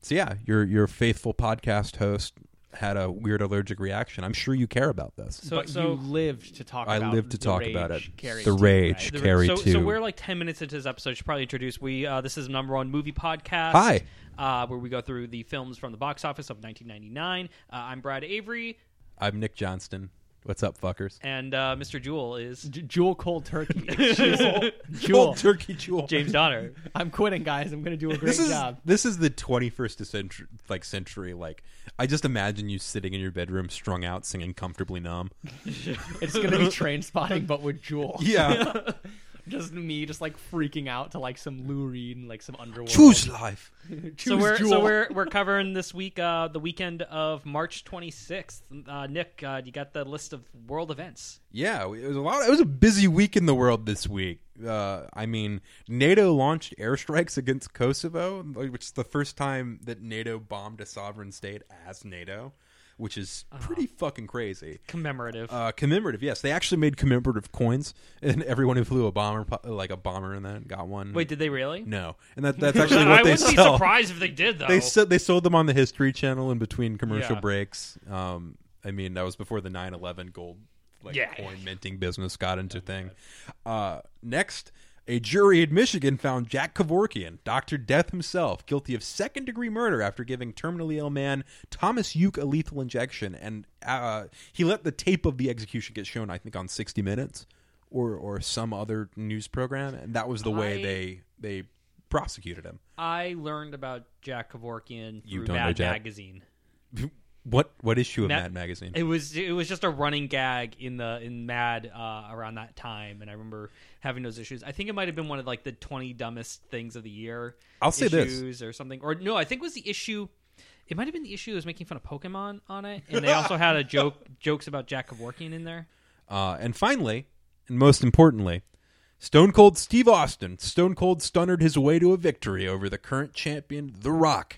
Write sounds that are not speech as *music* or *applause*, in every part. so yeah, your your faithful podcast host had a weird allergic reaction. I'm sure you care about this. So, but so you lived to talk. I about lived to the talk rage about it. carries The two, rage right? the- carry so, two. so we're like 10 minutes into this episode. Should probably introduce we uh, this is the number one movie podcast. Hi. Uh, where we go through the films from the box office of 1999. Uh, I'm Brad Avery, I'm Nick Johnston. What's up, fuckers? and uh, Mr. Jewel is *laughs* J- Jewel *laughs* cold turkey. Jewel, Jewel. Old turkey jewel. James *laughs* Donner. I'm quitting, guys. I'm gonna do a great This is job. this is the 21st century, like century. Like I just imagine you sitting in your bedroom, strung out, singing comfortably numb. It's gonna be train spotting, but with Jewel. Yeah, Just me, just like freaking out to like some Lou Reed and like some underworld. choose life. Choose so we're Jewel. so we're we're covering this week uh, the weekend of March 26th. Uh, Nick, uh, you got the list of world events. Yeah, it was a lot. It was a busy week in the world this week. Uh, I mean, NATO launched airstrikes against Kosovo, which is the first time that NATO bombed a sovereign state as NATO, which is Uh-huh. pretty fucking crazy. Commemorative. Uh, commemorative, yes, they actually made commemorative coins, *laughs* and everyone who flew a bomber, po- like a bomber, and then got one. Wait, did they really? no, and that, *laughs* that's actually I what they wouldn't be sell. surprised if they did though. They said they sold them on the History Channel in between commercial Yeah. breaks. Um, I mean, that was before the 9/11 gold like Yeah. coin minting business got into thing. Uh, next, a jury in Michigan found Jack Kevorkian, Doctor Death himself, guilty of second degree murder after giving terminally ill man Thomas Uke a lethal injection, and uh, he let the tape of the execution get shown. I think on 60 Minutes or or some other news program, and that was the way I- they they prosecuted him. I learned about Jack Kevorkian You through don't know Mad Jack. Magazine. What what issue of Ma- Mad Magazine? It was it was just a running gag in the in Mad uh, around that time, and I remember having those issues. I think it might have been one of like the twenty dumbest things of the year. I'll say this. issues or something, or no, I think it was the issue. It might have been the issue that was making fun of Pokemon on it, and they *laughs* also had a joke jokes about Jack Kevorkian in there. Uh, and finally, and most importantly, Stone Cold Steve Austin, Stone Cold stunnered his way to a victory over the current champion, The Rock,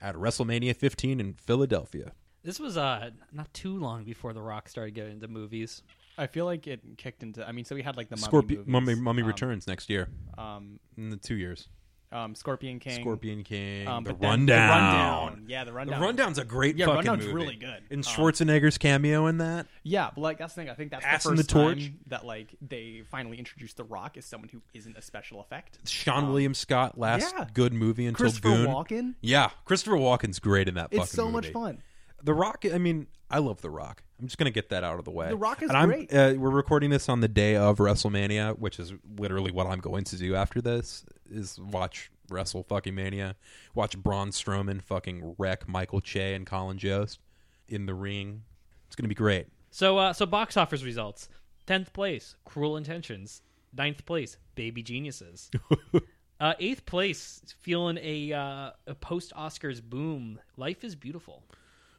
at WrestleMania 15 in Philadelphia. This was uh not too long before The Rock started getting into movies. I feel like it kicked into. I mean, so we had like the mummy Scorpion movies. Mummy, Mummy Um, returns next year Um, in the two years. um, Scorpion King. Scorpion King, Um, the, but then rundown. The rundown. Yeah, the The rundown. rundown's a great Yeah, fucking Rundown's movie. really good. And Um, Schwarzenegger's cameo in that. Yeah, but like that's the thing. I think that's Ass the in first the torch. time that like they finally introduced The Rock as someone who isn't a special effect. Sean William Scott last Um, yeah. good movie until Christopher Goon. Walken. Yeah, Christopher Walken's great in that. fucking It's so much movie. fun. The Rock. I mean, I love The Rock. I'm just gonna get that out of the way. The Rock is and I'm, great. Uh, we're recording this on the day of WrestleMania, which is literally what I'm going to do after this is watch Wrestle fucking Mania, watch Braun Strowman fucking wreck Michael Che and Colin Jost in the ring. It's gonna be great. *laughs* So, uh, so box office results: tenth place, Cruel Intentions; ninth place, Baby Geniuses; uh, eighth place, feeling a, uh, a post Oscars boom. Life is beautiful.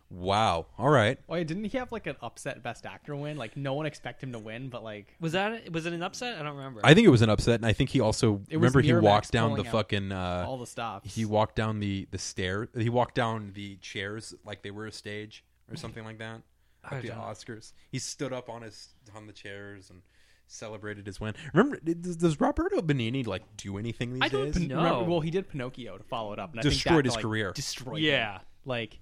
Wow. All right. Oh, yeah, didn't he have like an upset Best Actor win? Like no one expected him to win, but like Was that was it an upset? I don't remember. I think it was an upset, and I think he also It was remember he Miramax walked down the pulling out fucking. Uh, all the stops. he walked down the the stair. He walked down the chairs like they were a stage or something like that *laughs* I at the don't know. Oscars. He stood up on his on the chairs and celebrated his win. Remember, does, does Roberto Benigni like do anything these I don't days? kn- No. Remember- well, he did Pinocchio to follow it up, and I think Destroyed that, his like, career. Destroyed. him. yeah, Like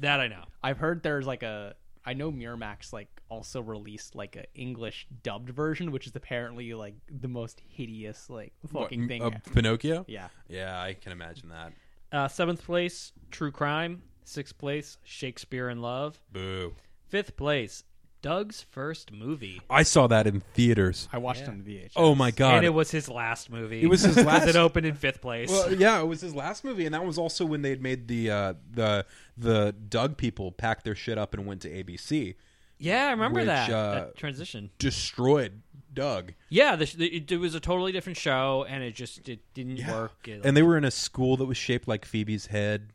that I know. I've heard there's like a I know Miramax like also released like a English dubbed version, which is apparently like the most hideous like What, fucking m- thing. e-, uh, Pinocchio. yeah. yeah, I can imagine that. Uh, seventh place, True Crime; sixth place, Shakespeare in Love; Boo! fifth place, Doug's first movie, I saw that in theaters. I watched on VHS. Oh my god! and it was his last movie. It was his *laughs* 'Cause last- It opened in fifth place. Well, yeah, it was his last movie, and that was also when they had made the uh, the the Doug people pack their shit up and went to ABC. yeah, I remember which, that, uh, that transition. Destroyed Doug, Yeah, the, sh- the, it, it was a totally different show, and it just it didn't work. It, and they were in a school that was shaped like Phoebe's head.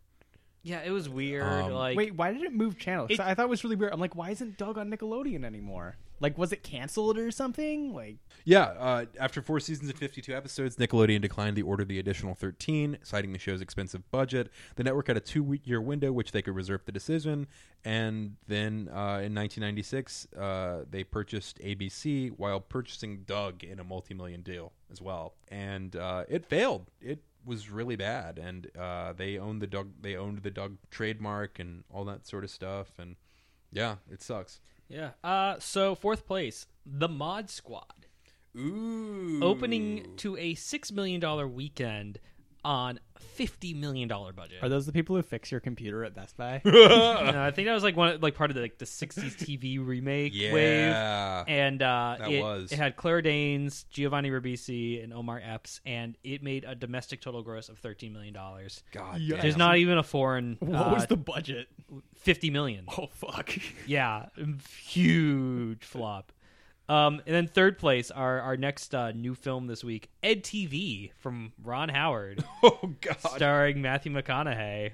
yeah, it was weird. Um, like, Wait, why did it move channel? 'Cause It- I thought it was really weird. I'm like, why isn't Doug on Nickelodeon anymore? Like, was it canceled or something? Like, Yeah, uh, after four seasons and 52 episodes, Nickelodeon declined the order the additional 13, citing the show's expensive budget. The network had a two year window which they could reserve the decision. And then uh, in 1996, uh, they purchased ABC while purchasing Doug in a multi million deal as well. And uh, it failed. It was really bad, and uh, they owned the dog. They owned the dog trademark and all that sort of stuff. And yeah, it sucks. Yeah. Uh, so fourth place, the Mod Squad, Ooh, opening to a six million dollar weekend on fifty million dollar budget. Are *laughs* those the people who fix your computer at Best Buy? No, I think that was like one like part of the, like the '60s TV remake wave, yeah. and uh, That it, was. it had Claire Danes, Giovanni Ribisi, and Omar Epps, and it made a domestic total gross of thirteen million dollars. God, Yeah. damn. There's not even a foreign. what uh, was the budget? fifty million? Oh fuck. Yeah, huge flop. Um, and then third place, our our next uh, new film this week, Ed TV from Ron Howard, *laughs* Oh God, *laughs* starring Matthew McConaughey.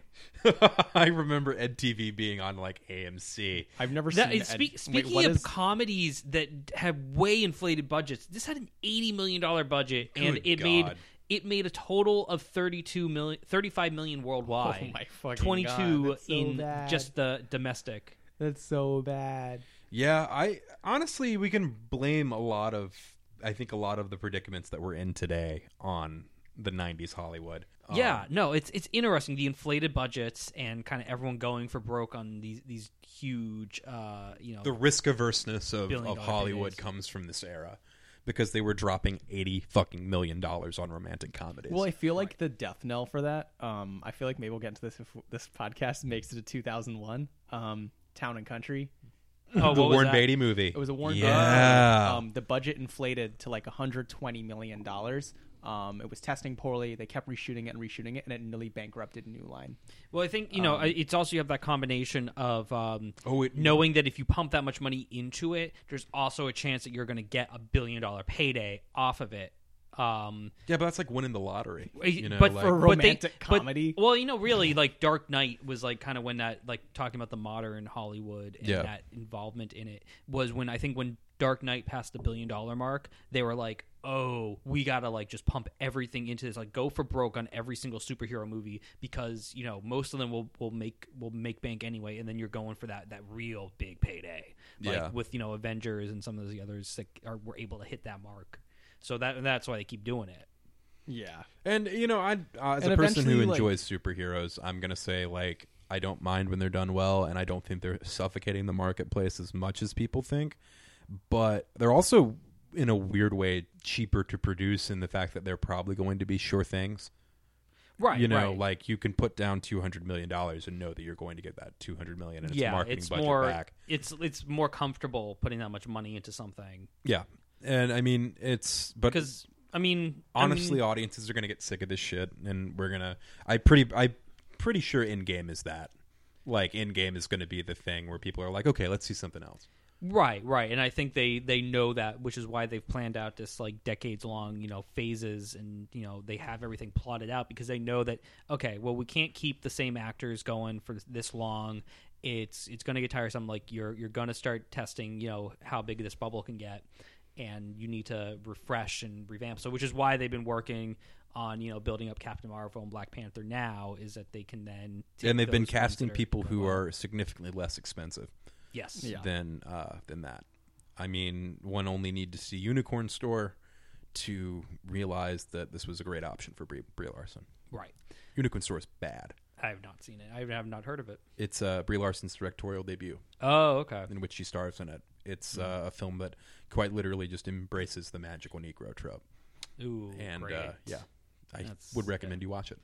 I remember Ed TV being on like AMC. I've never That- and seen. Ed- speak- Wait, speaking what of is- comedies that have way inflated budgets, this had an eighty million dollar budget, and Good it made God. it made a total of 32 million, 35 million worldwide. Oh my fucking 22 God, that's so in bad. just the domestic. that's so bad. Yeah, I honestly we can blame a lot of I think a lot of the predicaments that we're in today on the '90s Hollywood. Oh. Um, yeah, no, it's it's interesting the inflated budgets and kind of everyone going for broke on these these huge, uh, you know, the risk averseness of, Billion of dollar Hollywood paydays. comes from this era because they were dropping eighty fucking million dollars on romantic comedies. Well, I feel like the death knell for that. Um, I feel like maybe we'll get into this if this podcast makes it to 2001. Um, Town and Country. oh, the what was Warren that? Beatty movie. It was a Warren Beatty Yeah. movie. Um, the budget inflated to like 120 million dollars. Um, it was testing poorly. They kept reshooting it and reshooting it, and it nearly bankrupted New Line. Well, I think you know I- it's also you have that combination of um, Um, Oh, it- knowing that if you pump that much money into it, there's also a chance that you're going to get a billion dollar payday off of it. Um, yeah, but that's like winning the lottery. You know, but like, for romantic but they, comedy. But, well, you know, really, like Dark Knight was like kind of when that like talking about the modern Hollywood and Yeah. that involvement in it was when I think when Dark Knight passed the billion dollar mark, they were like, oh, we gotta like just pump everything into this, like go for broke on every single superhero movie because you know most of them will will make will make bank anyway, and then you're going for that that real big payday, like Yeah. with you know Avengers and some of the others that are were able to hit that mark. So that that's why they keep doing it. Yeah. and you know, I uh, as And a person who eventually, like- enjoys superheroes, I'm gonna say like I don't mind when they're done well, and I don't think they're suffocating the marketplace as much as people think. But they're also in a weird way cheaper to produce in the fact that they're probably going to be sure things. Right, you know right. like you can put down 200 million dollars and know that you're going to get that 200 million and its yeah, marketing it's budget more back it's it's more comfortable putting that much money into something yeah and i mean it's but because I mean I honestly mean, audiences are going to get sick of this shit and we're going to i pretty i pretty sure in game is that like in game is going to be the thing where people are like okay let's see something else right, right, and I think they they know that, which is why they've planned out this like decades long you know phases, and you know they have everything plotted out because they know that okay, well we can't keep the same actors going for this long. It's it's going to get tiresome. Like you're you're going to start testing, you know, how big this bubble can get, and you need to refresh and revamp. So, which is why they've been working on you know building up Captain Marvel and Black Panther now is that they can then take and they've been those ones casting that are people who going well. are significantly less expensive yes Yeah. than uh, than that. I mean, one only need to see Unicorn Store to realize that this was a great option for Brie, Brie Larson. right. Unicorn Store is bad. I have not seen it. I have not heard of it. It's uh, Brie Larson's directorial debut, Oh, okay. in which she stars in it. It's uh, a film that quite literally just embraces the magical Negro trope, Ooh, and great. uh, yeah, I That's would recommend you watch it.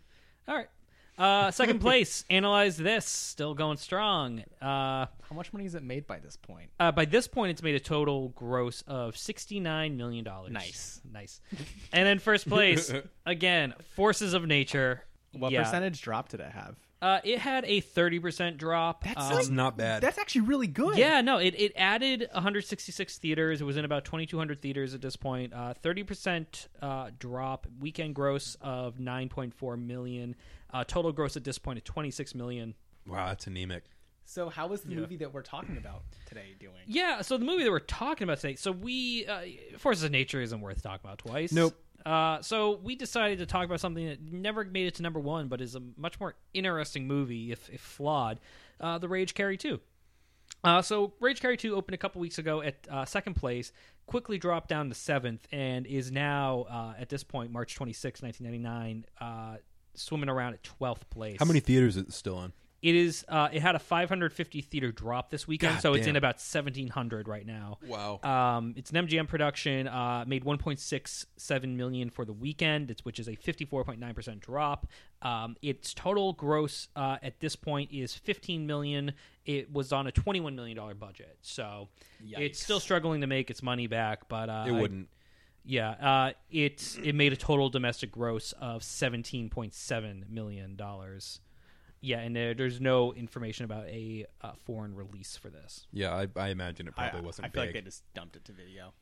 All right. Uh, second place. *laughs* Analyze this. Still going strong. Uh, How much money is it made by this point? uh, by this point, it's made a total gross of sixty-nine million dollars. Nice. nice. And then first *laughs* place again. Forces of nature. What Yeah. percentage drop did it have? Uh, it had a thirty percent drop. um, It's not bad. That's actually really good. Yeah, no, it, it added 166 theaters. It was in about 2,200 theaters at this point. Uh, 30% uh, drop, weekend gross of 9.4 million, uh, total gross at this point of 26 million. Wow, that's anemic. So how was the movie that we're talking about today doing? Yeah, so the movie that we're talking about today, so we, uh, Forces of Nature isn't worth talking about twice. Nope. Uh, so we decided to talk about something that never made it to number one, but is a much more interesting movie, if, if flawed, uh, The Rage Carry 2. Uh, so Rage Carry 2 opened a couple weeks ago at uh, second place, quickly dropped down to seventh and is now uh, at this point March 26, 1999, uh, swimming around at 12th place. How many theaters is it still in? It is. Uh, it had a 550 theater drop this weekend, God so it's damn. in about 1700 right now. Wow. Um, it's an MGM production. Uh, made 1.67 million for the weekend, it's, which is a 54.9 percent drop. Um, its total gross uh, at this point is 15 million. It was on a 21 million dollar budget, so it's still struggling to make its money back. But uh, it I- wouldn't. yeah, uh, it it made a total domestic gross of 17.7 million dollars. Yeah, and there, there's no information about a uh, foreign release for this. Yeah, I, I imagine it probably I, wasn't I feel big. like they just dumped it to video.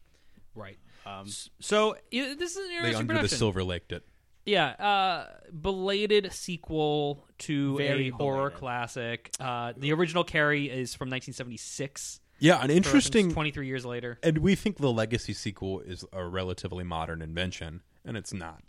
Right. Um, So i this is an they interesting under the production. Silver Laked it. yeah, uh, belated sequel to Very a horror belated. classic. Uh, the original Carrie is from 1976. Yeah, an for reference, interesting. 23 years later. And we think the Legacy sequel is a relatively modern invention, and it's not.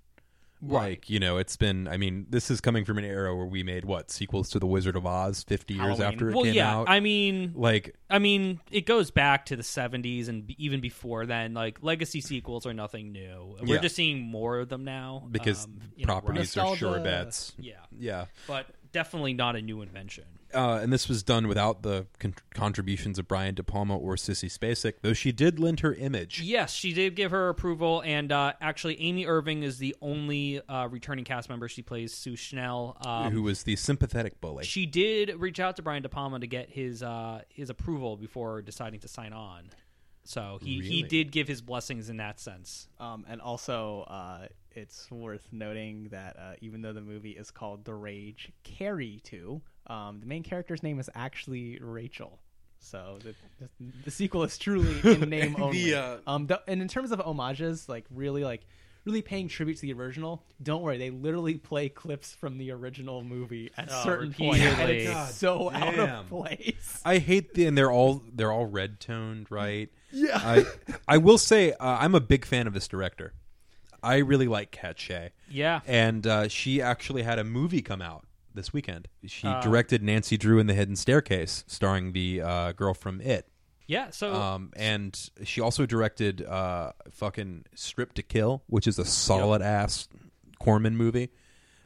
Like you know, it's been. I mean, this is coming from an era where we made what sequels to The Wizard of Oz fifty years Halloween. after it Well, came yeah, out. I mean, like I mean, it goes back to the 70s and b- even before then. Like, legacy sequels are nothing new. We're Yeah. just seeing more of them now. because um, in a run. properties are sure Nostalgia. bets. Yeah. Yeah, But definitely not a new invention. uh, and this was done without the con- contributions of Brian De Palma or Sissy Spacek, though she did lend her image. Yes, she did give her approval. And uh, actually, Amy Irving is the only uh, returning cast member. She plays Sue Schnell. Um, who was the sympathetic bully? she did reach out to Brian De Palma to get his uh, his approval before deciding to sign on. So he, he Really? did give his blessings in that sense. Um, and also, uh, it's worth noting that uh, even though the movie is called The Rage Carrie 2, um, the main character's name is actually Rachel. So the, the, the sequel is *laughs* truly in name only. uh, um, the, and in terms of homages, like really, like really paying tribute to the original. Don't worry, they literally play clips from the original movie at Oh, certain points, and repeatedly. it's God so out damn. of place. I hate the and they're all they're all red toned, right? Yeah. I I will say uh, I'm a big fan of this director. I really like Kat Shea, Yeah. and uh, she actually had a movie come out this weekend. She Uh, directed Nancy Drew in the Hidden Staircase, starring the uh, girl from It. Yeah. So Um, and she also directed uh, fucking Strip to Kill, which is a solid ass Corman movie,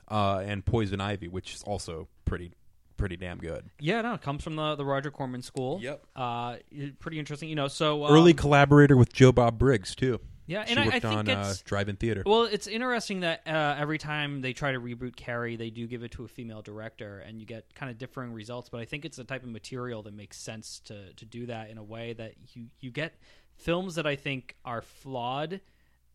uh, and Poison Ivy, which is also pretty pretty damn good. Yeah, no, it comes from the, the Roger Corman school. Yep. Uh, it- pretty interesting. You know, so um, Early collaborator with Joe Bob Briggs too. Yeah, she and I- I worked think on uh, it's- Drive-In Theater. Well, it's interesting that uh, every time they try to reboot Carrie, they do give it to a female director, and you get kind of differing results. But I think it's the type of material that makes sense to to do that in a way that you you get films that I think are flawed.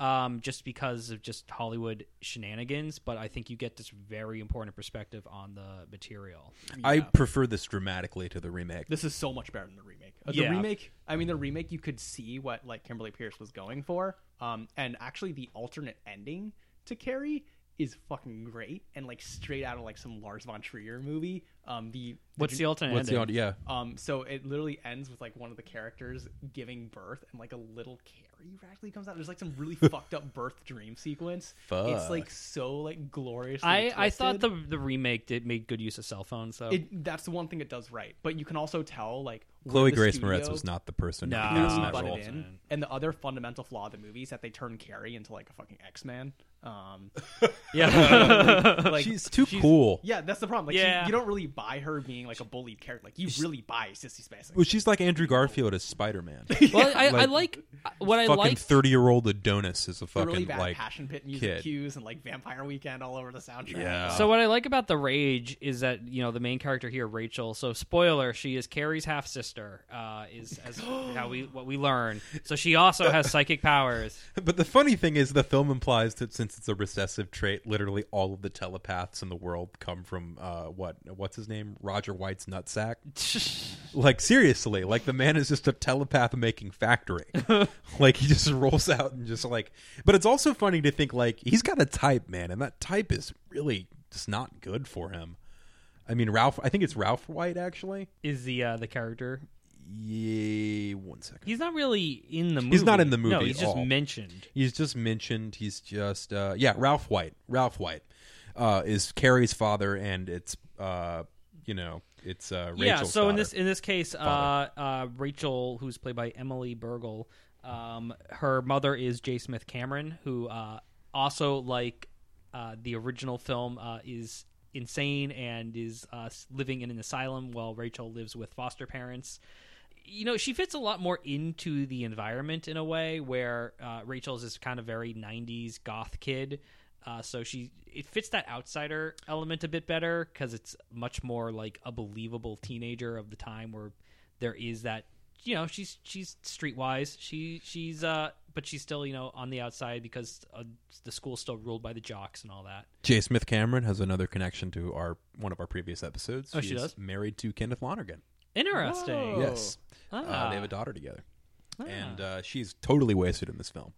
Um, just because of just Hollywood shenanigans, but I think you get this very important perspective on the material. I prefer this dramatically to the remake. This is so much better than the remake. Uh, Yeah. The remake, I mean, the remake, you could see what like Kimberly Pierce was going for, um, and actually the alternate ending to Carrie is fucking great and like straight out of like some Lars von Trier movie. Um, the, the What's the alternate What's the ending? odd- yeah? um, so it literally ends with like one of the characters giving birth, and like a little Carrie actually comes out. There's like some really fucked up birth dream sequence. It's like Fuck. so like glorious. I, I thought the the remake did made good use of cell phones though. it, that's the one thing it does right, but you can also tell like where Chloe the Grace studio- Moretz was not the person. No. to really cast Ah, that butted role. Rollins in. Man. And the other fundamental flaw of the movie is that they turn Carrie into like a fucking X Man. *laughs* Um, yeah. like She's too cool. yeah, that's the problem. Like, she- Yeah. you don't really buy her being like a bullied character. Like, you really buy Sissy Spacek. Well, she's like Andrew Garfield as *laughs* Spider-Man. Well, I, I Like, like uh, what I fucking like. thirty-year-old Adonis is a The fucking really bad like passion pit music kid. cues and like Vampire Weekend all over the soundtrack. Yeah. So what I like about the rage is that you know the main character here, Rachel. So spoiler, she is Carrie's half sister. Uh, is *gasps* as how we what we learn. So she also has *laughs* psychic powers. But the funny thing is, the film implies that since it's a recessive trait, literally all of the telepaths in the world come from uh, what? What's his name? Roger White's nutsack. like seriously, like the man is just a telepath making factory. like he just rolls out and just like. But it's also funny to think like he's got a type, man, and that type is really just not good for him. I mean, Ralph. I think it's Ralph White actually. Is the uh, the character? Yay! One second. He's not really in the movie. He's not in the No, movie he's at just all. mentioned. He's just mentioned. He's just uh, yeah, Ralph White. Ralph White uh, is Carrie's father, and it's uh, you know it's uh, Rachel's yeah. So in daughter. this in this case, uh, Father. uh, Rachel, who's played by Emily Burgle. Uh, Um, her mother is J. Smith Cameron, who uh, also, like uh, the original film, uh, is insane and is uh, s- living in an asylum while Rachel lives with foster parents. You know, she fits a lot more into the environment in a way where uh, Rachel's this kind of very '90s goth kid. Uh, so she it fits that outsider element a bit better because it's much more like a believable teenager of the time where there is that you know she's she's streetwise she she's uh but she's still you know on the outside because uh, the school's still ruled by the jocks and all that Jay Smith Cameron has another connection to our one of our previous episodes. Oh, she She's does? Married to Kenneth Lonergan. interesting Whoa. Yes, uh, Ah. they have a daughter together, Ah. and uh, she's totally wasted in this film.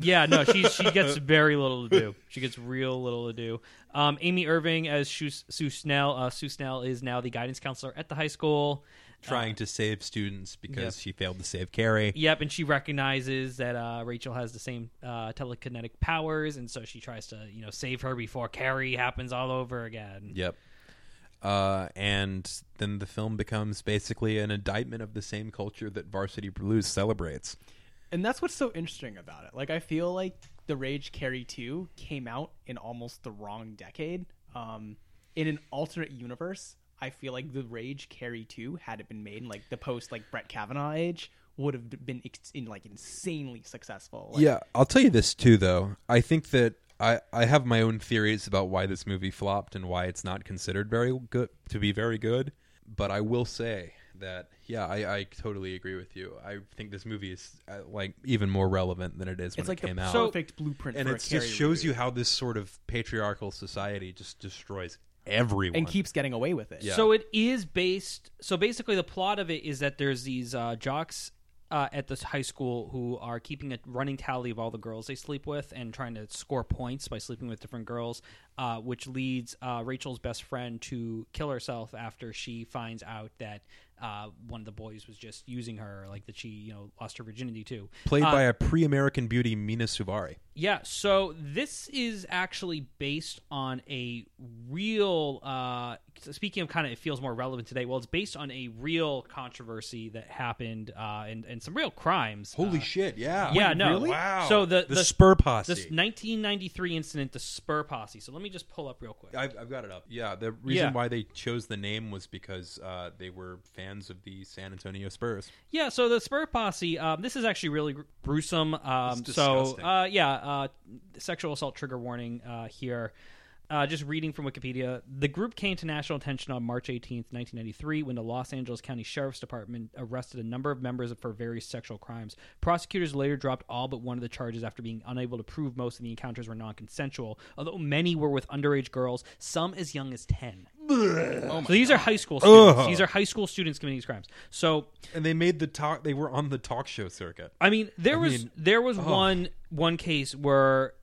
Yeah, no, she she gets very little to do. She gets real little to do. Um, Amy Irving as Sue, Sue Snell. Uh, Sue Snell is now the guidance counselor at the high school. Trying to save students because she failed to save Carrie. Yep, and she recognizes that uh, Rachel has the same uh, telekinetic powers, and so she tries to you know save her before Carrie happens all over again. Yep. Uh, and then the film becomes basically an indictment of the same culture that Varsity Blues celebrates. And that's what's so interesting about it. Like I feel like The Rage Carry 2 came out in almost the wrong decade. Um in an alternate universe, I feel like The Rage Carry 2 had it been made in like the post like Brett Kavanaugh age would have been ex- in like insanely successful. Like, yeah, I'll tell you this too, though. I think that I, I have my own theories about why this movie flopped and why it's not considered very good to be very good. But I will say that yeah, I, I totally agree with you. I think this movie is uh, like even more relevant than it is when It's like it came the out. perfect blueprint and for it a Carrie just shows reboot. you how this sort of patriarchal society just destroys everyone. and keeps getting away with it. Yeah. So it is based. So basically, the plot of it is that there's these uh, jocks uh, at this high school who are keeping a running tally of all the girls they sleep with and trying to score points by sleeping with different girls, uh, which leads uh, Rachel's best friend to kill herself after she finds out that uh, one of the boys was just using her, like that she you know lost her virginity too. played Uh, by a pre-American beauty Mina Suvari. Yeah, so this is actually based on a real. Uh, speaking of kind of, it feels more relevant today. Well, it's based on a real controversy that happened uh, and and some real crimes. Holy uh, shit! Yeah. yeah, no, Wow. So the the, the Spur Posse. this 1993 incident, the Spur Posse. So let me just pull up real quick. I've, I've got it up. Yeah, the reason Yeah. why they chose the name was because uh, they were fans of the San Antonio Spurs. Yeah, so the Spur Posse. Um, this is actually really gr- gruesome. Um, It's so disgusting. uh, yeah, uh, sexual assault trigger warning uh, here. Uh, just reading from Wikipedia, the group came to national attention on March 18th, 1993, when the Los Angeles County Sheriff's Department arrested a number of members for various sexual crimes. Prosecutors later dropped all but one of the charges after being unable to prove most of the encounters were non consensual, although many were with underage girls, some as young as 10. so these are high school students. These are high school students committing these crimes. So And they made the talk. They were on the talk show circuit. Oh I mean, there was mean, oh. there was one one case where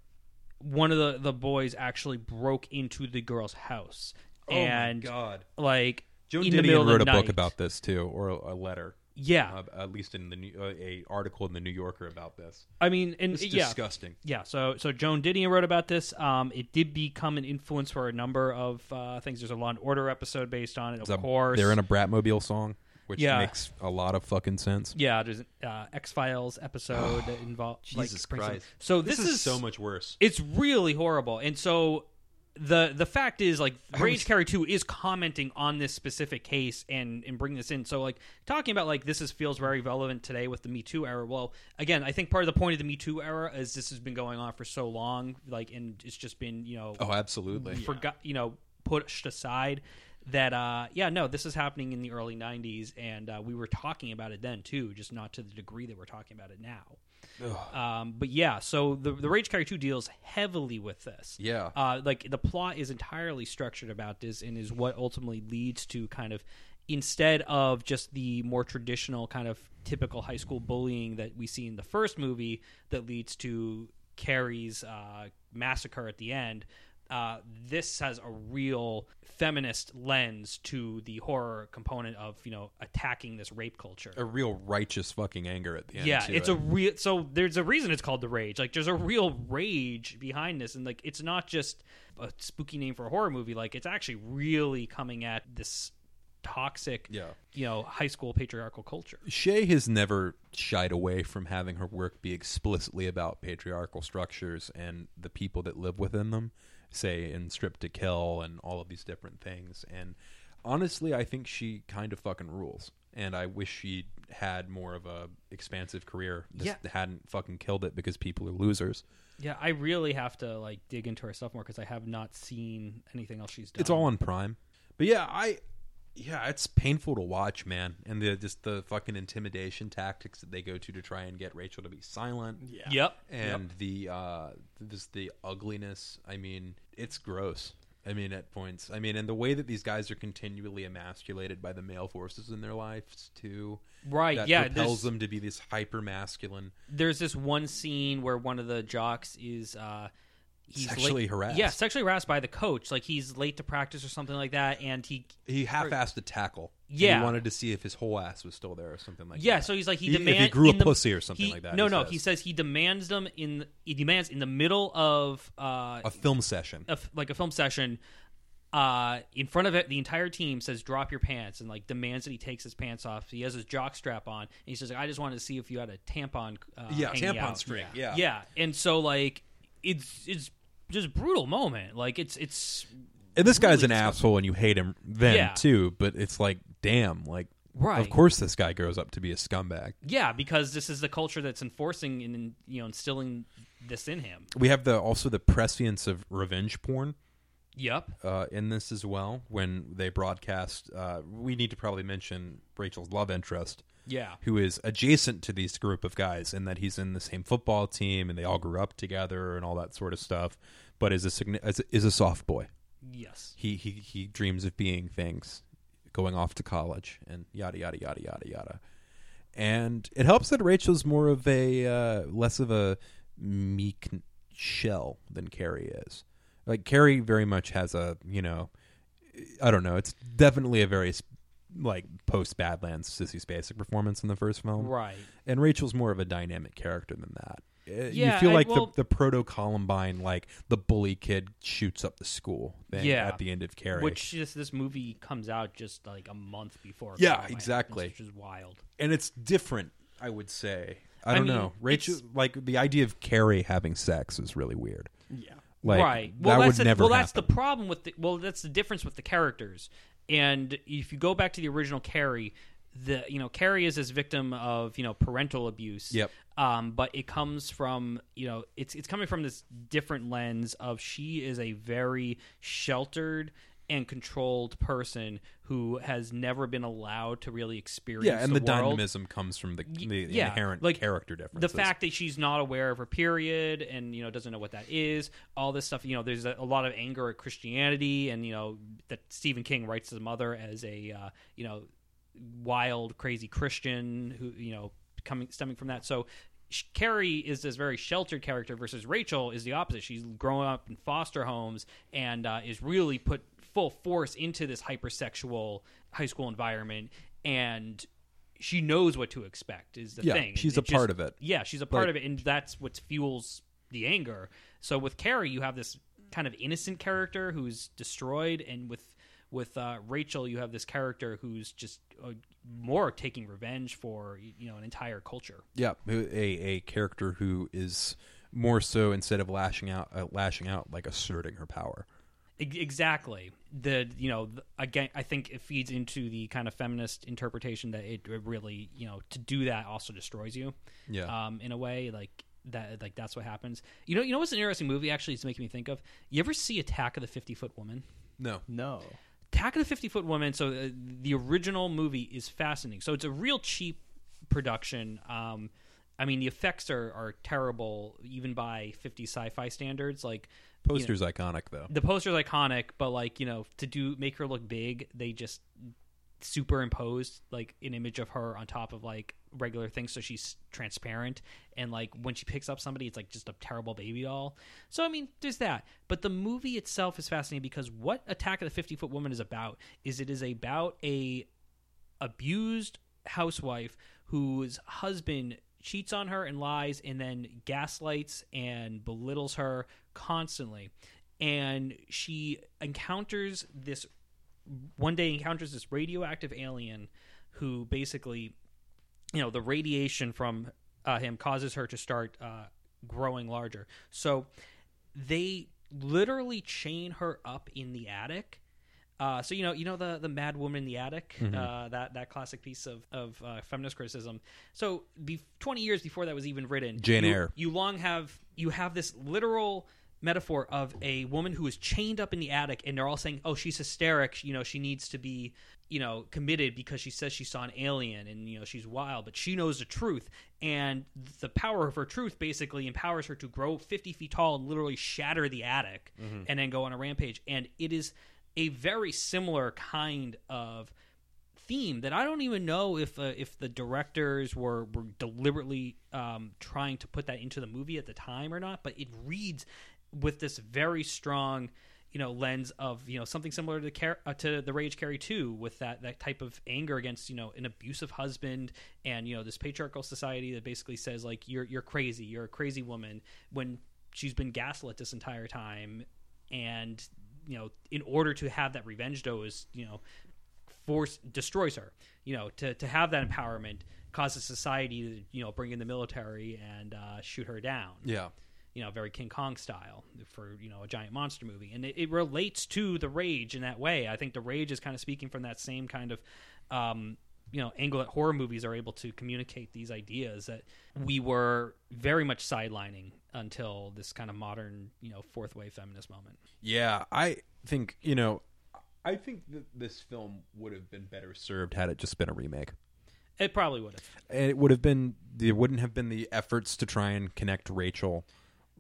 one of the the boys actually broke into the girl's house and oh my god! like Joan in the middle Didion of wrote the a book night. about this too, or a a letter, Yeah, uh, at least in the new, uh, a article in the New Yorker about this. I mean, and It's yeah, disgusting. yeah. So so Joan Didion wrote about this. Um, it did become an influence for a number of uh, things. There's a Law and Order episode based on it, of It's a- course. Um, they're in a Bratmobile song, which Yeah. makes a lot of fucking sense. yeah, there's an uh, X Files episode *sighs* that involved. Jesus like, brings in- Christ. So this, is so much worse. It's really horrible. And so the the fact is like Rage was- Carry 2 is commenting on this specific case and and bringing this in. So like talking about like this is feels very relevant today with the Me Too era. Well, again, I think part of the point of the Me Too era is this has been going on for so long like and it's just been, you know, Oh, absolutely. forgot, you know, pushed aside that uh yeah, no, this is happening in the early 90s and uh, we were talking about it then too, just not to the degree that we're talking about it now. Ugh. Um, but yeah, so the the Rage Carry Two deals heavily with this. Yeah. uh, like the plot is entirely structured about this, and is what ultimately leads to kind of instead of just the more traditional kind of typical high school bullying that we see in the first movie, that leads to Carrie's uh, massacre at the end. Uh, this has a real feminist lens to the horror component of you know attacking this rape culture a real righteous fucking anger at the end. yeah to it's it. a real so there's a reason it's called the rage like there's a real rage behind this and like it's not just a spooky name for a horror movie like it's actually really coming at this toxic, Yeah. you know, high school patriarchal culture. Shay has never shied away from having her work be explicitly about patriarchal structures and the people that live within them, say in Strip to Kill and all of these different things. And honestly, I think she kind of fucking rules. And I wish she had more of a expansive career. Just Yeah. hadn't fucking killed it because people are losers. Yeah, I really have to like dig into her stuff more because I have not seen anything else she's done. It's all on Prime. But yeah, I yeah, it's painful to watch, man. And the just the fucking intimidation tactics that they go to to try and get Rachel to be silent. Yeah. Yep. and the uh this the ugliness i mean it's gross i mean at points i mean and the way that these guys are continually emasculated by the male forces in their lives too Right. that yeah. propels there's- them to be this hyper masculine there's this one scene where one of the jocks is uh he's Sexually late- harassed. yeah sexually harassed by the coach like he's late to practice or something like that and he he half-assed a tackle and Yeah. he wanted to see if his whole ass was still there or something like yeah that so he's like he He- if he demands grew a pussy or something like that, no he no says. he says he demands them in he demands in the middle of uh a film session a f like a film session uh, in front of it, the entire team says, "Drop your pants," and like demands that he takes his pants off. He has his jock strap on, and he says, "I just wanted to see if you had a tampon." Uh, yeah hanging tampon out." string yeah. yeah and so like it's it's just brutal moment like it's it's and this guy's Really an asshole and you hate him then Yeah. too but it's like damn like Right. of course this guy grows up to be a scumbag yeah because this is the culture that's enforcing and you know instilling this in him we have the also the prescience of revenge porn yep uh, in this as well when they broadcast. Uh, we need to probably mention Rachel's love interest, yeah who is adjacent to this group of guys, and that he's in the same football team and they all grew up together and all that sort of stuff. But is a signi- is a- is a soft boy. yes He he he dreams of being things, going off to college and yada yada yada yada yada. And it helps that Rachel's more of a uh, less of a meek shell than Carrie is. Like Carrie very much has a you know, I don't know. It's definitely a very sp- like post Badlands Sissy Spacek performance in the first film, right and Rachel's more of a dynamic character than that. Uh, Yeah, you feel I- like well- the, the proto Columbine, like the bully kid shoots up the school thing Yeah. at the end of Carrie, which this this movie comes out just like a month before Yeah, Columbine, exactly. which is wild and it's different. I would say I I don't mean, know. Rachel, like the idea of Carrie having sex is really weird. Yeah. Like right well that that's would the, never. well that's the happen. problem with the well that's the difference with the characters and if you go back to the original carrie the you know carrie is this victim of you know parental abuse Yep. um but it comes from you know it's it's coming from this different lens of she is a very sheltered and controlled person who has never been allowed to really experience yeah, and the, the world. dynamism comes from the, the yeah, inherent like, character the differences. fact that she's not aware of her period and you know doesn't know what that is all this stuff you know there's a, a lot of anger at christianity and you know that stephen king writes his mother as a uh, you know wild crazy christian who you know coming stemming from that so sh- Carrie is this very sheltered character versus Rachel is the opposite. She's grown up in foster homes and uh, is really put full force into this hypersexual high school environment, and she knows what to expect. Is the Yeah, thing. she's a part of it. Yeah, she's a part Like- of it, and that's what fuels the anger. So with Carrie, you have this kind of innocent character who's destroyed, and with with uh, Rachel, you have this character who's just uh, more taking revenge for you know an entire culture. Yeah, who- a a character who is more so instead of lashing out, uh, lashing out like asserting her power. E- Exactly. The you know th- again, I think it feeds into the kind of feminist interpretation that it it really you know to do that also destroys you. Yeah. Um, in a way like that, like that's what happens. You know, you know what's an interesting movie actually? It's making me think of. You ever see Attack of the Fifty Foot Woman? No. No. Attack of the 50 Foot Woman. So uh, the original movie is fascinating. So it's a real cheap production. Um, I mean, the effects are, are terrible, even by 50 sci fi standards. Like, you know, Poster's iconic though. the poster's iconic, but like, you know, to do make her look big, they just superimposed like an image of her on top of like regular things so she's transparent and like when she picks up somebody it's like just a terrible baby doll so i mean there's that but the movie itself is fascinating because what attack of the 50 foot woman is about is it is about a abused housewife whose husband cheats on her and lies and then gaslights and belittles her constantly and she encounters this one day encounters this radioactive alien who basically, you know, the radiation from uh, him causes her to start uh, growing larger. So they literally chain her up in the attic. Uh, so you know, you know the the Mad Woman in the Attic, Mm-hmm. uh, that that classic piece of of uh, feminist criticism. So, be- twenty years before that was even written, Jane you- Eyre. You long have you have this literal metaphor of a woman who is chained up in the attic, and they're all saying, "Oh, she's hysteric. You know, she needs to be." You know, committed because she says she saw an alien and you know she's wild, but she knows the truth, and the power of her truth basically empowers her to grow 50 feet tall and literally shatter the attic and then go on a rampage. And it is a very similar kind of theme that I don't even know if uh, if the directors were were deliberately um, trying to put that into the movie at the time or not, but it reads with this very strong you know lens of you know something similar to Car- uh, to the Rage Carry Two with that that type of anger against you know an abusive husband and you know this patriarchal society that basically says like you're you're crazy you're a crazy woman when she's been gaslit this entire time and you know in order to have that revenge though is you know force destroys her. You know, to, to have that empowerment causes society to you know bring in the military and uh, shoot her down. Yeah. You know, very King Kong style for you know a giant monster movie, and it, it relates to the Rage in that way. I think the Rage is kind of speaking from that same kind of. Um, you know, angle that horror movies are able to communicate these ideas that we were very much sidelining until this kind of modern, you know, fourth wave feminist moment. Yeah, I think you know, I think that this film would have been better served had it just been a remake. It probably would have. And it would have been there wouldn't have been the efforts to try and connect Rachel,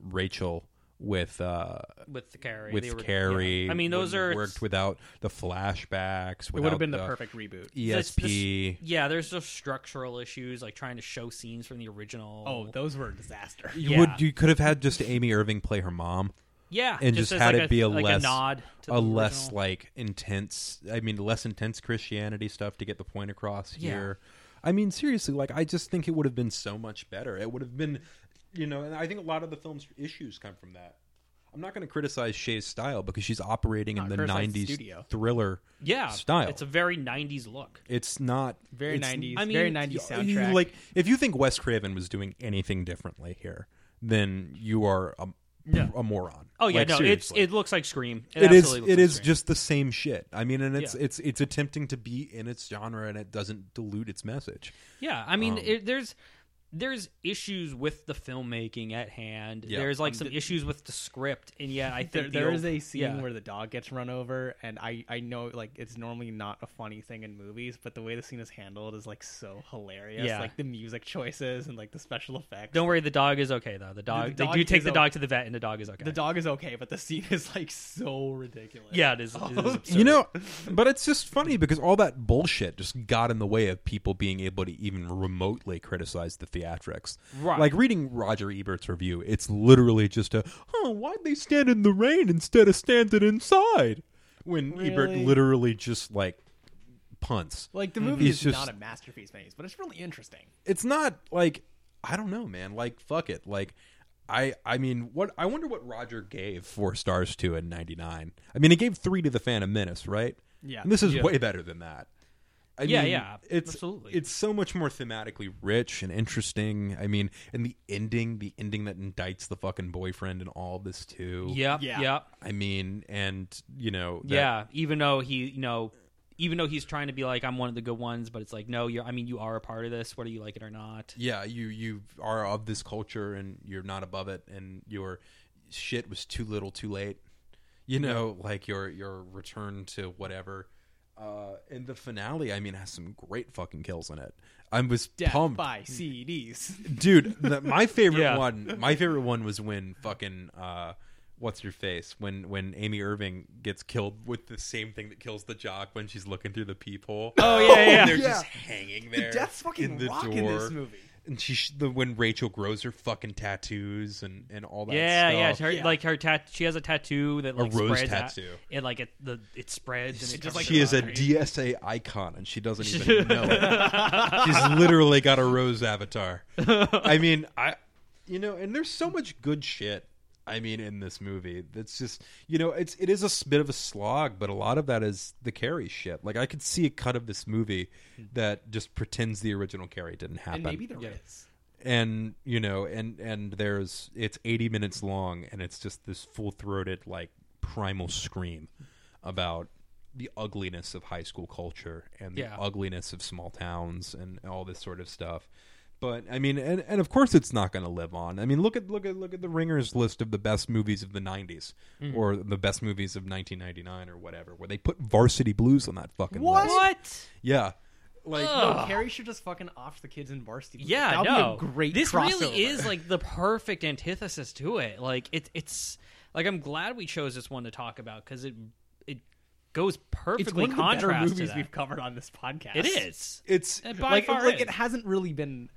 Rachel with uh with Carrie. with they were- Carrie. yeah. I mean, those wouldn't have are worked without the flashbacks. It would have been the, without E perfect reboot. this- ESP. this- yeah, there's just structural issues like trying to show scenes from the original. Oh, those were a disaster. You yeah. would you could have had just Amy Irving play her mom. yeah, and just as had like it be a like less- nod, to a the less original. like intense i mean less intense christianity stuff to get the point across Yeah. here i mean seriously like i just think it would have been so much better it would have been you know and i think a lot of the film's issues come from that i'm not going to criticize shay's style because she's operating Not in the criticize 90s the studio. thriller yeah style It's a very '90s look. it's not Very it's- nineties. I mean, very you- you- nineties you- soundtrack. like if you think wes craven was doing anything differently here then you are a, a moron Oh yeah, Like, no, seriously it's it looks like Scream. It, it is absolutely looks it like is Scream. just the same shit i mean and it's Yeah. it's it's attempting to be in its genre and it doesn't dilute its message yeah. I um, mean, it, there's there's issues with the filmmaking at hand. Yeah. um, There's like some issues with the script, and *laughs* yeah, I think there, the there old- is a scene yeah. where the dog gets run over, and I, I know like it's normally not a funny thing in movies, but the way the scene is handled is like so hilarious. Yeah. Like the music choices and like the special effects. Don't worry, the dog is okay though. The dog, dog they do take is the o- dog to the vet, and the dog is okay. the dog is okay, but the scene *laughs* is like so ridiculous. yeah, it is. *laughs* It is absurd. you know but it's just funny because all that bullshit just got in the way of people being able to even remotely criticize the theatrics Right. like reading roger ebert's review it's literally just a oh why'd they stand in the rain instead of standing inside when ebert Really? literally just like punts Like the movie It's is Mm-hmm. just- not a masterpiece, man, but it's really interesting. it's not like I don't know, man. Like fuck it. Like I I mean, what I wonder what Roger gave four stars to in '99. I mean, he gave three to the Phantom Menace, right? Yeah. And this is Yeah. way better than that. I Yeah, mean, yeah, It's absolutely. it's so much more thematically rich and interesting. I mean, and the ending, the ending that indicts the fucking boyfriend and all this too. Yep, Yeah. yep. I mean, and you know, that- yeah, even though he, you know, even though he's trying to be like, I'm one of the good ones, but it's like, no, you're. I mean, you are a part of this, whether you like it or not. yeah you you are of this culture and you're not above it and your shit was too little too late you know like your your return to whatever uh and the finale i mean has some great fucking kills in it i was Death pumped by Mm. CDs. dude the, my favorite Yeah. one my favorite one was when fucking uh what's your face when when amy irving gets killed with the same thing that kills the jock when she's looking through the peephole Oh yeah, yeah. and they're yeah. just hanging there Death's in fucking the rock door in this movie. and she sh- the when Rachel grows her fucking tattoos and and all that yeah, yeah, stuff. her, Yeah. Like her tat, she has a tattoo that like rose spreads out- tattoo. It like it the it spreads and it just like she is a Right. DSA icon and she doesn't even know it. She's literally got a rose avatar. I mean, I you know, and there's so much good shit I mean, in this movie, that's just you know, it's it is a s- bit of a slog, but a lot of that is the Carrie shit. Like I could see a cut of this movie that just pretends the original Carrie didn't happen, and maybe there is. and you know, and and there's it's 80 minutes long, and it's just this full throated like primal scream about the ugliness of high school culture and the Yeah. ugliness of small towns and all this sort of stuff. But I mean, and, and of course, it's not going to live on. I mean, look at look at look at the Ringers list of the best movies of the '90s, Hmm. or the best movies of 1999, or whatever, where they put Varsity Blues on that fucking What? list. Yeah, like No, Carrie should just fucking off the kids in varsity. Blues. Yeah, That'll no. be a great. This crossover. really is like the perfect antithesis to it. Like it, it's like I'm glad we chose this one to talk about because it it goes It's perfectly one of the better contrast to movies that. we've covered on this podcast. It is. it's Uh, By like, far, like is. it hasn't really been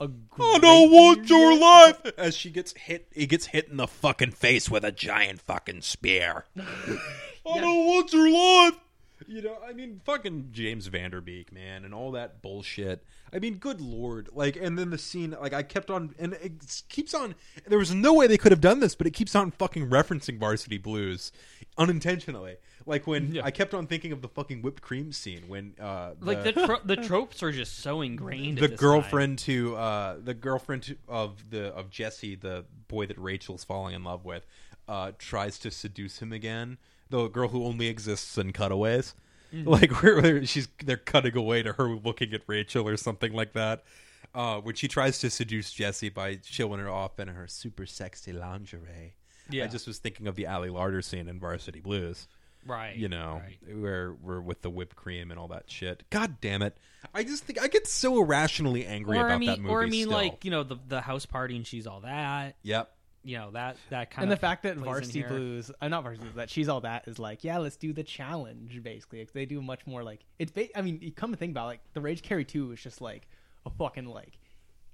a. I Great don't want year your yet. life. As she gets hit, he gets hit in the fucking face with a giant fucking spear. I don't want your life. You know, I mean, fucking James Vanderbeek, man, and all that bullshit. I mean, good lord, like, and then the scene, like, I kept on, and it s- keeps on. There was no way they could have done this, but it keeps on fucking referencing Varsity Blues unintentionally. Like when I kept on thinking of the fucking whipped cream scene when, uh, like the tro- the tropes are just so ingrained. at the this girlfriend to uh, the girlfriend of the of Jesse, the boy that Rachel's falling in love with, uh, tries to seduce him again. The girl who only exists in cutaways, Mm-hmm. like *laughs* where, where she's they're cutting away to her looking at Rachel or something like that. Uh, when she tries to seduce Jesse by showing her off in her super sexy lingerie. I Yeah. just was thinking of the Ally Larder scene in Varsity Blues time. right? you know, right. where we're with the whipped cream and all that shit. God damn it! I just think I get so irrationally angry Or about I mean, that movie. or I mean, still. like you know, the the house party and she's all that. yep, You know that that kind And the of fact that plays in Varsity here. Blues, uh, not Varsity Blues, that she's all that is like, yeah, let's do the challenge basically. Like, they do much more like it's. Ba- I mean, you come to think about it, like the Rage Carry Two is just like a fucking like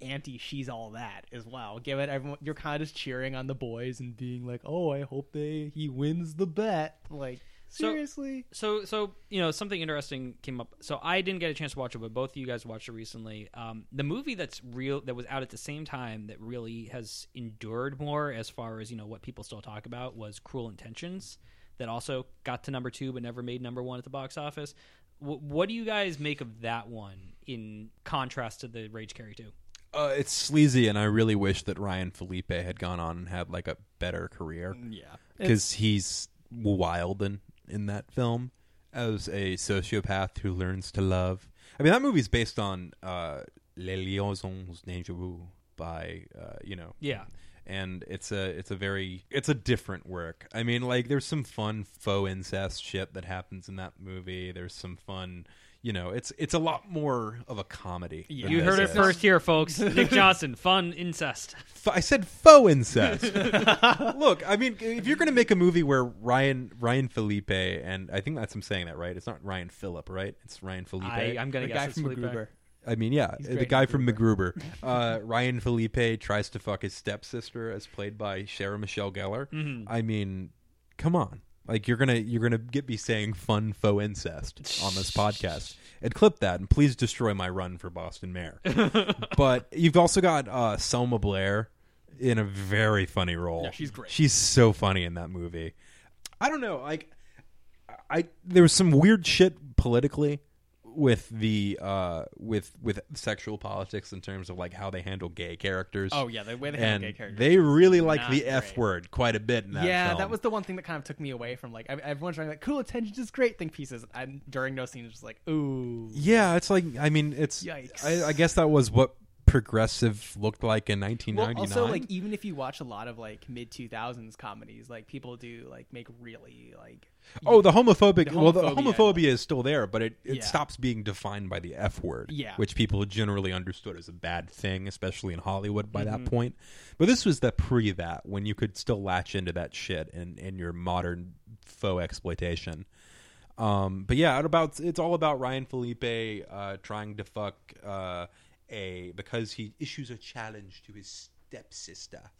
anti she's all that as well. Give it everyone. You're kind of just cheering on the boys and being like, oh, I hope they he wins the bet. Like So- seriously, so so you know something interesting came up so i didn't get a chance to watch it but both of you guys watched it recently um, the movie that's real that was out at the same time that really has endured more as far as you know what people still talk about was cruel intentions that also got to number two but never made number one at the box office Wh- what do you guys make of that one in contrast to the rage carry 2 uh, it's sleazy, and I really wish that Ryan Felipe had gone on and had like a better career Mm, yeah. because he's wild in in that film as a sociopath who learns to love. I mean, that movie's based on uh, Les Liaisons Dangereuses by uh, you know yeah and it's a it's a very it's a different work. I mean, like there's some fun faux incest shit that happens in that movie. There's some fun, you know, it's it's a lot more of a comedy. than you this heard it is. first here *laughs* folks nick johnson fun incest F- I said faux incest. *laughs* Look, I mean, if you're going to make a movie where Ryan Ryan Felipe and I think that's I'm saying that right. It's not Ryan Phillip, right? It's Ryan Felipe. I, i'm gonna the guess guy it's from Felipe. MacGruber. I mean, yeah, He's the great guy in from MacGruber. *laughs* Uh, Ryan Felipe tries to fuck his stepsister, as played by Sarah Michelle Gellar. Mm-hmm. I mean, come on, like you're gonna you're gonna get me saying fun faux incest on this podcast. And clip that, and please destroy my run for Boston *laughs* Mayor. but you've also got uh, Selma Blair in a very funny role. she's great. She's so funny in that movie. I don't know, like I there was some weird shit politically with the uh with with sexual politics in terms of like how they handle gay characters. Oh yeah, the way they have and gay characters. they really like not the f great. word quite a bit in that. yeah, film. that was the one thing that kind of took me away from like ev- everyone's trying to like cool attention is great thing pieces, and during those scenes, just like ooh, Yeah, it's like I mean, it's Yikes. I, I guess that was what progressive looked like in 1999. Well, also like even if you watch a lot of like mid two thousands comedies, like people do like make really like oh, the homophobic. The well, the homophobia. homophobia is still there, but it, it Yeah. stops being defined by the F word, Yeah. which people generally understood as a bad thing, especially in Hollywood by that point. But this was the pre that when you could still latch into that shit in in your modern faux exploitation. Um, but yeah, it about it's all about Ryan Felipe uh, trying to fuck uh, a because he issues a challenge to his stepsister,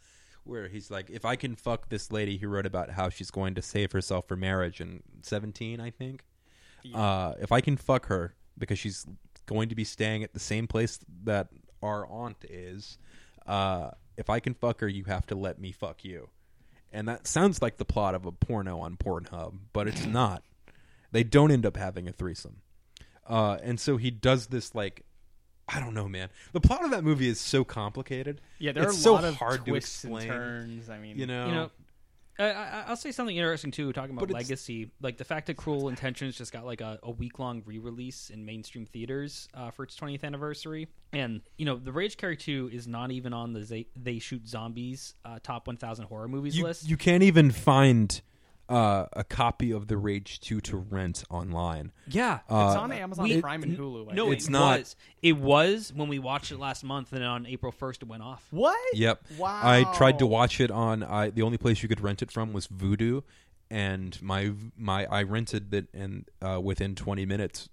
where he's like, if I can fuck this lady, he wrote about how she's going to save herself for marriage in seventeen, I think. Uh, if I can fuck her because she's going to be staying at the same place that our aunt is, uh, if I can fuck her, you have to let me fuck you and that sounds like the plot of a porno on Pornhub, but *laughs* it's not. They don't end up having a threesome, uh, and so he does this like. I don't know, man. The plot of that movie is so complicated. Yeah, there it's are a so lot of hard to twists explain. and turns. I mean, You know, you know I, I- I'll say something interesting too, talking about Oh. But it's- legacy, like the fact that "Cruel Intentions" just got like a, a week-long re-release in mainstream theaters uh, for its 20th anniversary, and you know, "The Rage Carry 2" is not even on the They, they Shoot Zombies uh, top 1,000 horror movies you, list. you can't even find uh, a copy of The Rage 2 to rent online. yeah, it's Uh, on Amazon we- Prime and Hulu. I no, think. it's it not. Was. It was when we watched it last month, and then on April 1st, it went off. what? Yep. Wow. I tried to watch it on. I the only place you could rent it from was Voodoo, and my my I rented it and uh, within twenty minutes,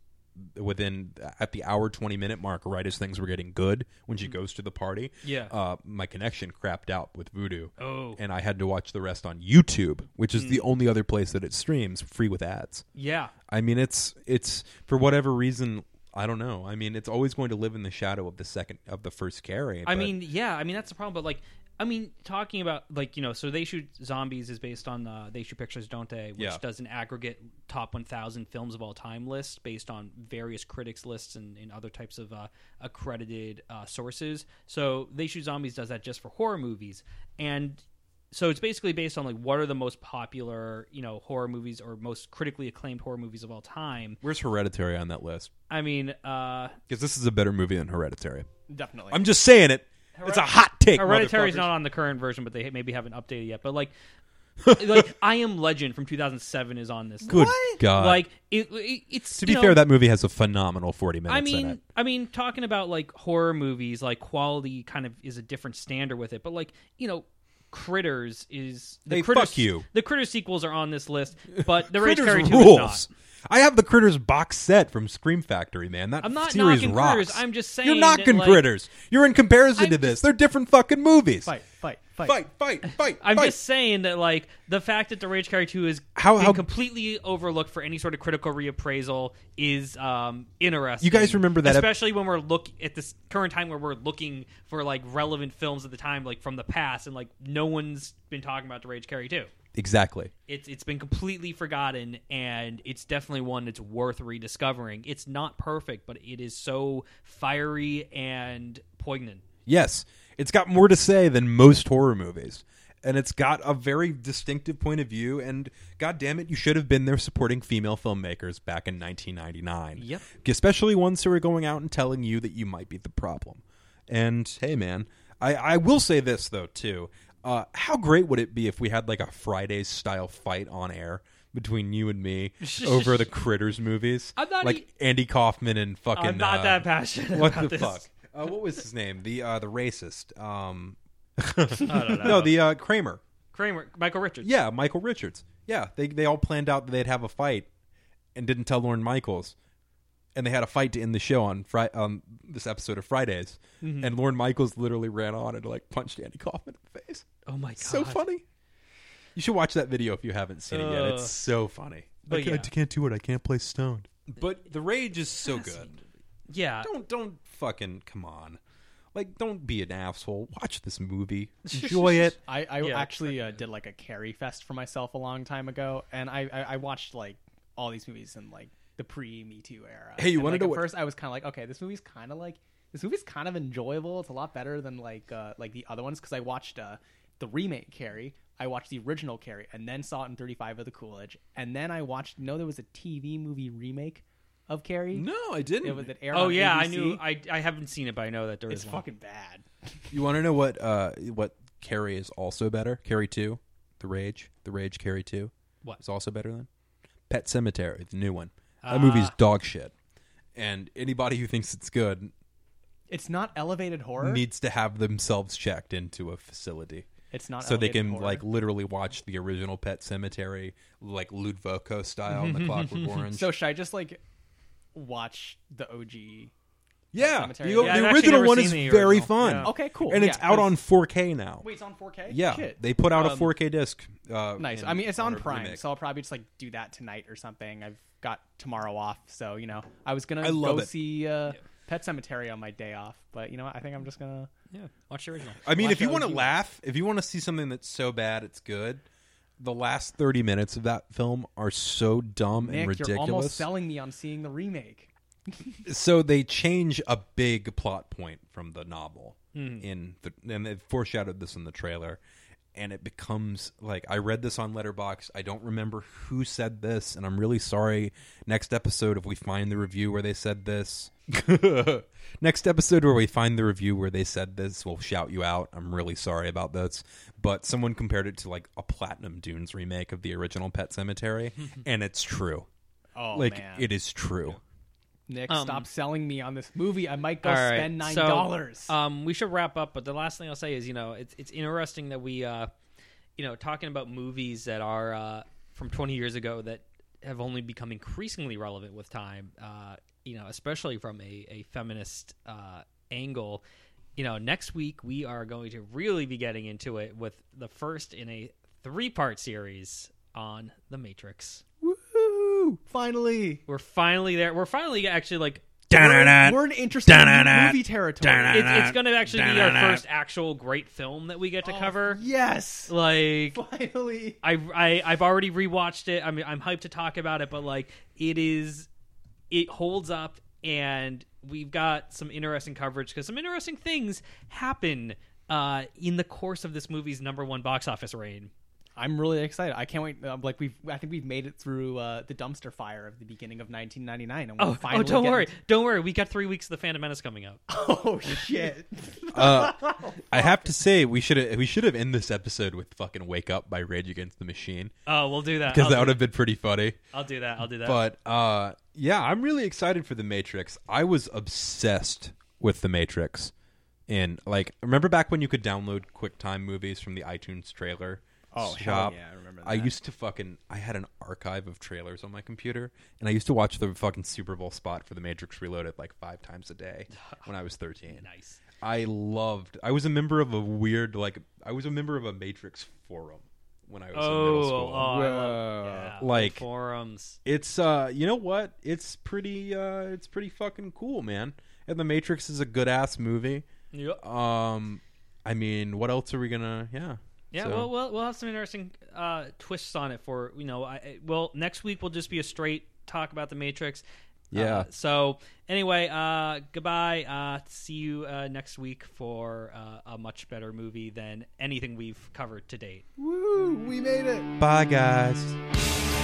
within at the hour twenty minute mark, right as things were getting good when she goes to the party. Mm-hmm. Yeah. Uh, my connection crapped out with Voodoo. Oh. Hmm. And I had to watch the rest on YouTube, which is the only other place that it streams free with ads. Yeah, I mean, it's it's for whatever reason. I don't know. I mean, it's always going to live in the shadow of the second of the first carry. I but- mean, yeah, I mean that's the problem. But like, I mean, talking about like you know, so they shoot zombies is based on uh, they shoot pictures, don't they? Which Yeah. does an aggregate top 1,000 films of all time list based on various critics lists and, and other types of uh, accredited uh, sources. So they shoot zombies does that just for horror movies, and so it's basically based on like what are the most popular you know horror movies or most critically acclaimed horror movies of all time. Where's Hereditary on that list? I mean, uh, Because this is a better movie than Hereditary. Definitely. I'm just saying it. It's a hot take. Hereditary's motherfuckers. not on the current version, but they maybe haven't updated yet. But like, *laughs* like I Am Legend from 2007 is on this. Good list. God. Like it, it- it's to be you know, fair, that movie has a phenomenal 40 minutes. I in mean, it. I mean, talking about like horror movies, like quality kind of is a different standard with it. But like, you know, Critters is the Hey, Critters. fuck you. The Critters sequels are on this list, but *laughs* the Rage Critters Carry Two is not. rules. I have the Critters box set from Scream Factory, man. That I'm not series knocking rocks. Critters, I'm just you're saying knocking that, like- Critters. You're in comparison to I'm this. They're different fucking movies. fight, fight, fight. fight, fight, fight. I'm fight. just saying that, like, the fact that the Rage Carry Two is How- being how- completely overlooked for any sort of critical reappraisal is um, interesting. You guys remember that ep- especially when we're look at this current time where we're looking for like relevant films at the time, like from the past, and like no one's been talking about the Rage Carry Two. exactly. It's it's been completely forgotten, and it's definitely one that's worth rediscovering. It's not perfect, but it is so fiery and poignant. Yes, it's got more to say than most horror movies, and it's got a very distinctive point of view. And God damn it, you should have been there supporting female filmmakers back in 1999. Yep. especially ones who are going out and telling you that you might be the problem. And hey, man, I, I will say this though too: uh, how great would it be if we had like a Fridays style fight on air? Between you and *laughs* me over the Critters movies, I'm not like e- Andy Kaufman and fucking. I'm not uh, that passionate what about the this. fuck? Uh, what was his name? The uh, the racist. Um, don't know. no, the uh, Kramer. Kramer, Michael Richards. Yeah, Michael Richards. Yeah, they they all planned out that they'd have a fight, and didn't tell Lauren Michaels, and they had a fight to end the show on Fri- um this episode of Fridays, Mm-hmm. and Lauren Michaels literally ran on and like punched Andy Kaufman in the face. Oh my god. So funny. You should watch that video if you haven't seen it yet. Ugh. It's so funny. But I, can't, yeah. I can't do it. I can't play stoned. But the rage is so good. Yeah. don't don't fucking come on like don't be an asshole watch this *laughs* movie enjoy it I, I Yeah, actually uh, did like a carry fest for myself a long time ago, and I, I, I watched like all these movies in like the pre Me Too era. Hey, you And, wanna like, know at what- First, I was kind of like, okay, this movie's kind of like this movie's kind of enjoyable. It's a lot better than like uh, like the other ones because I watched uh, the remake Carrie. I watched the original Carrie, and then saw it in 35 of the Coolidge, and then I watched. You know, there was a TV movie remake of Carrie. no i didn't It was that aired Oh on yeah, I ABC. knew. I I haven't seen it, but I know that there is It's one. fucking bad. you want to know what uh what carrie is also better carrie 2 the rage the rage carrie 2 What? is also better than pet cemetery the new one Ah. that movie's dog shit and anybody who thinks it's good It's not elevated horror. needs to have themselves checked into a facility it's not so they elevated can horror. like literally watch the original Pet Cemetery like Ludvoko style, *laughs* and the Clockwork Orange. So should I just like watch the OG? Yeah, Cemetery. you, Yeah, I've the actually original never one seen is the very original. fun. Yeah. Okay, cool. and it's Yeah, out 'cause- on 4K now. Wait, it's on 4K. yeah, Shit. they put out a Um, 4K disc. Uh, nice. in- I mean, it's on or Prime, remake. so I'll probably just like do that tonight or something. I've got tomorrow off, so you know, I was gonna I love go it. see uh, Pet Cemetery on my day off, but you know, what? I think I'm just gonna. Yeah, watch the original. I mean, Watch if you the want to OG. laugh, if you want to see something that's so bad it's good, the last 30 minutes of that film are so dumb and Nick, you're almost ridiculous. selling me on seeing the remake. so they change a big plot point from the novel Hmm. in the, and they foreshadowed this in the trailer and it becomes like i read this on letterbox i don't remember who said this and i'm really sorry next episode if we find the review where they said *laughs* this next episode where we find the review where they said this we'll shout you out i'm really sorry about this but someone compared it to like a platinum dunes remake of the original pet *laughs* cemetery and it's true Oh like man, it is true Nick, Um, stop selling me on this movie. I might go All right, spend nine so, dollars. um, we should wrap up, but the last thing I'll say is, you know, it's it's interesting that we, uh, you know, talking about movies that are uh, from 20 years ago that have only become increasingly relevant with time. Uh, you know, especially from a a feminist uh, angle. You know, next week we are going to really be getting into it with the first in a three part series on The Matrix. Woo! Finally, We're finally there. We're finally actually like we're in, we're in interesting Da-na-na. movie territory. Da-na-na. it's, it's going to actually be our Da-na-na. first actual great film that we get to cover. Yes, *laughs* Like finally. I, I I've already rewatched it. I mean, I'm hyped to talk about it, but like it is, it holds up, and we've got some interesting coverage because some interesting things happen uh, in the course of this movie's number one box office reign. I'm really excited. I can't wait. Um, like we've, I think we've made it through uh, the dumpster fire of the beginning of 1999, and we're Oh, finally oh don't getting- worry, don't worry. We got three weeks of the Phantom Menace coming *laughs* up. *laughs* Oh shit! Uh, I have to say we should we should have ended this episode with fucking "Wake Up" by Rage Against the Machine Oh, we'll do that. because I'll, that would have been pretty funny. I'll do that. I'll do that. But uh, yeah, I'm really excited for the Matrix. I was obsessed with the Matrix, and like remember back when you could download QuickTime movies from the iTunes trailer. Oh, hell shop. yeah, I remember I that. used to fucking I had an archive of trailers on my computer, and I used to watch the fucking Super Bowl spot for The Matrix Reloaded like five times a *laughs* day when I was thirteen. nice. I loved. I was a member of a weird like I was a member of a Matrix forum when I was in middle Oh, school. oh, I Whoa. love, yeah, Like- forums. It's uh, you know what? It's pretty uh, it's pretty fucking cool, man. And The Matrix is a good ass movie. Yep. Um, I mean, what else are we gonna? Yeah, Yeah, So, well, we'll we'll have some interesting uh, twists on it for you know. I- I, well, next week will just be a straight talk about the Matrix. Yeah. Uh, so anyway, uh, goodbye. Uh, see you uh, next week for uh, a much better movie than anything we've covered to date. Woo! We made it. bye guys. Bye.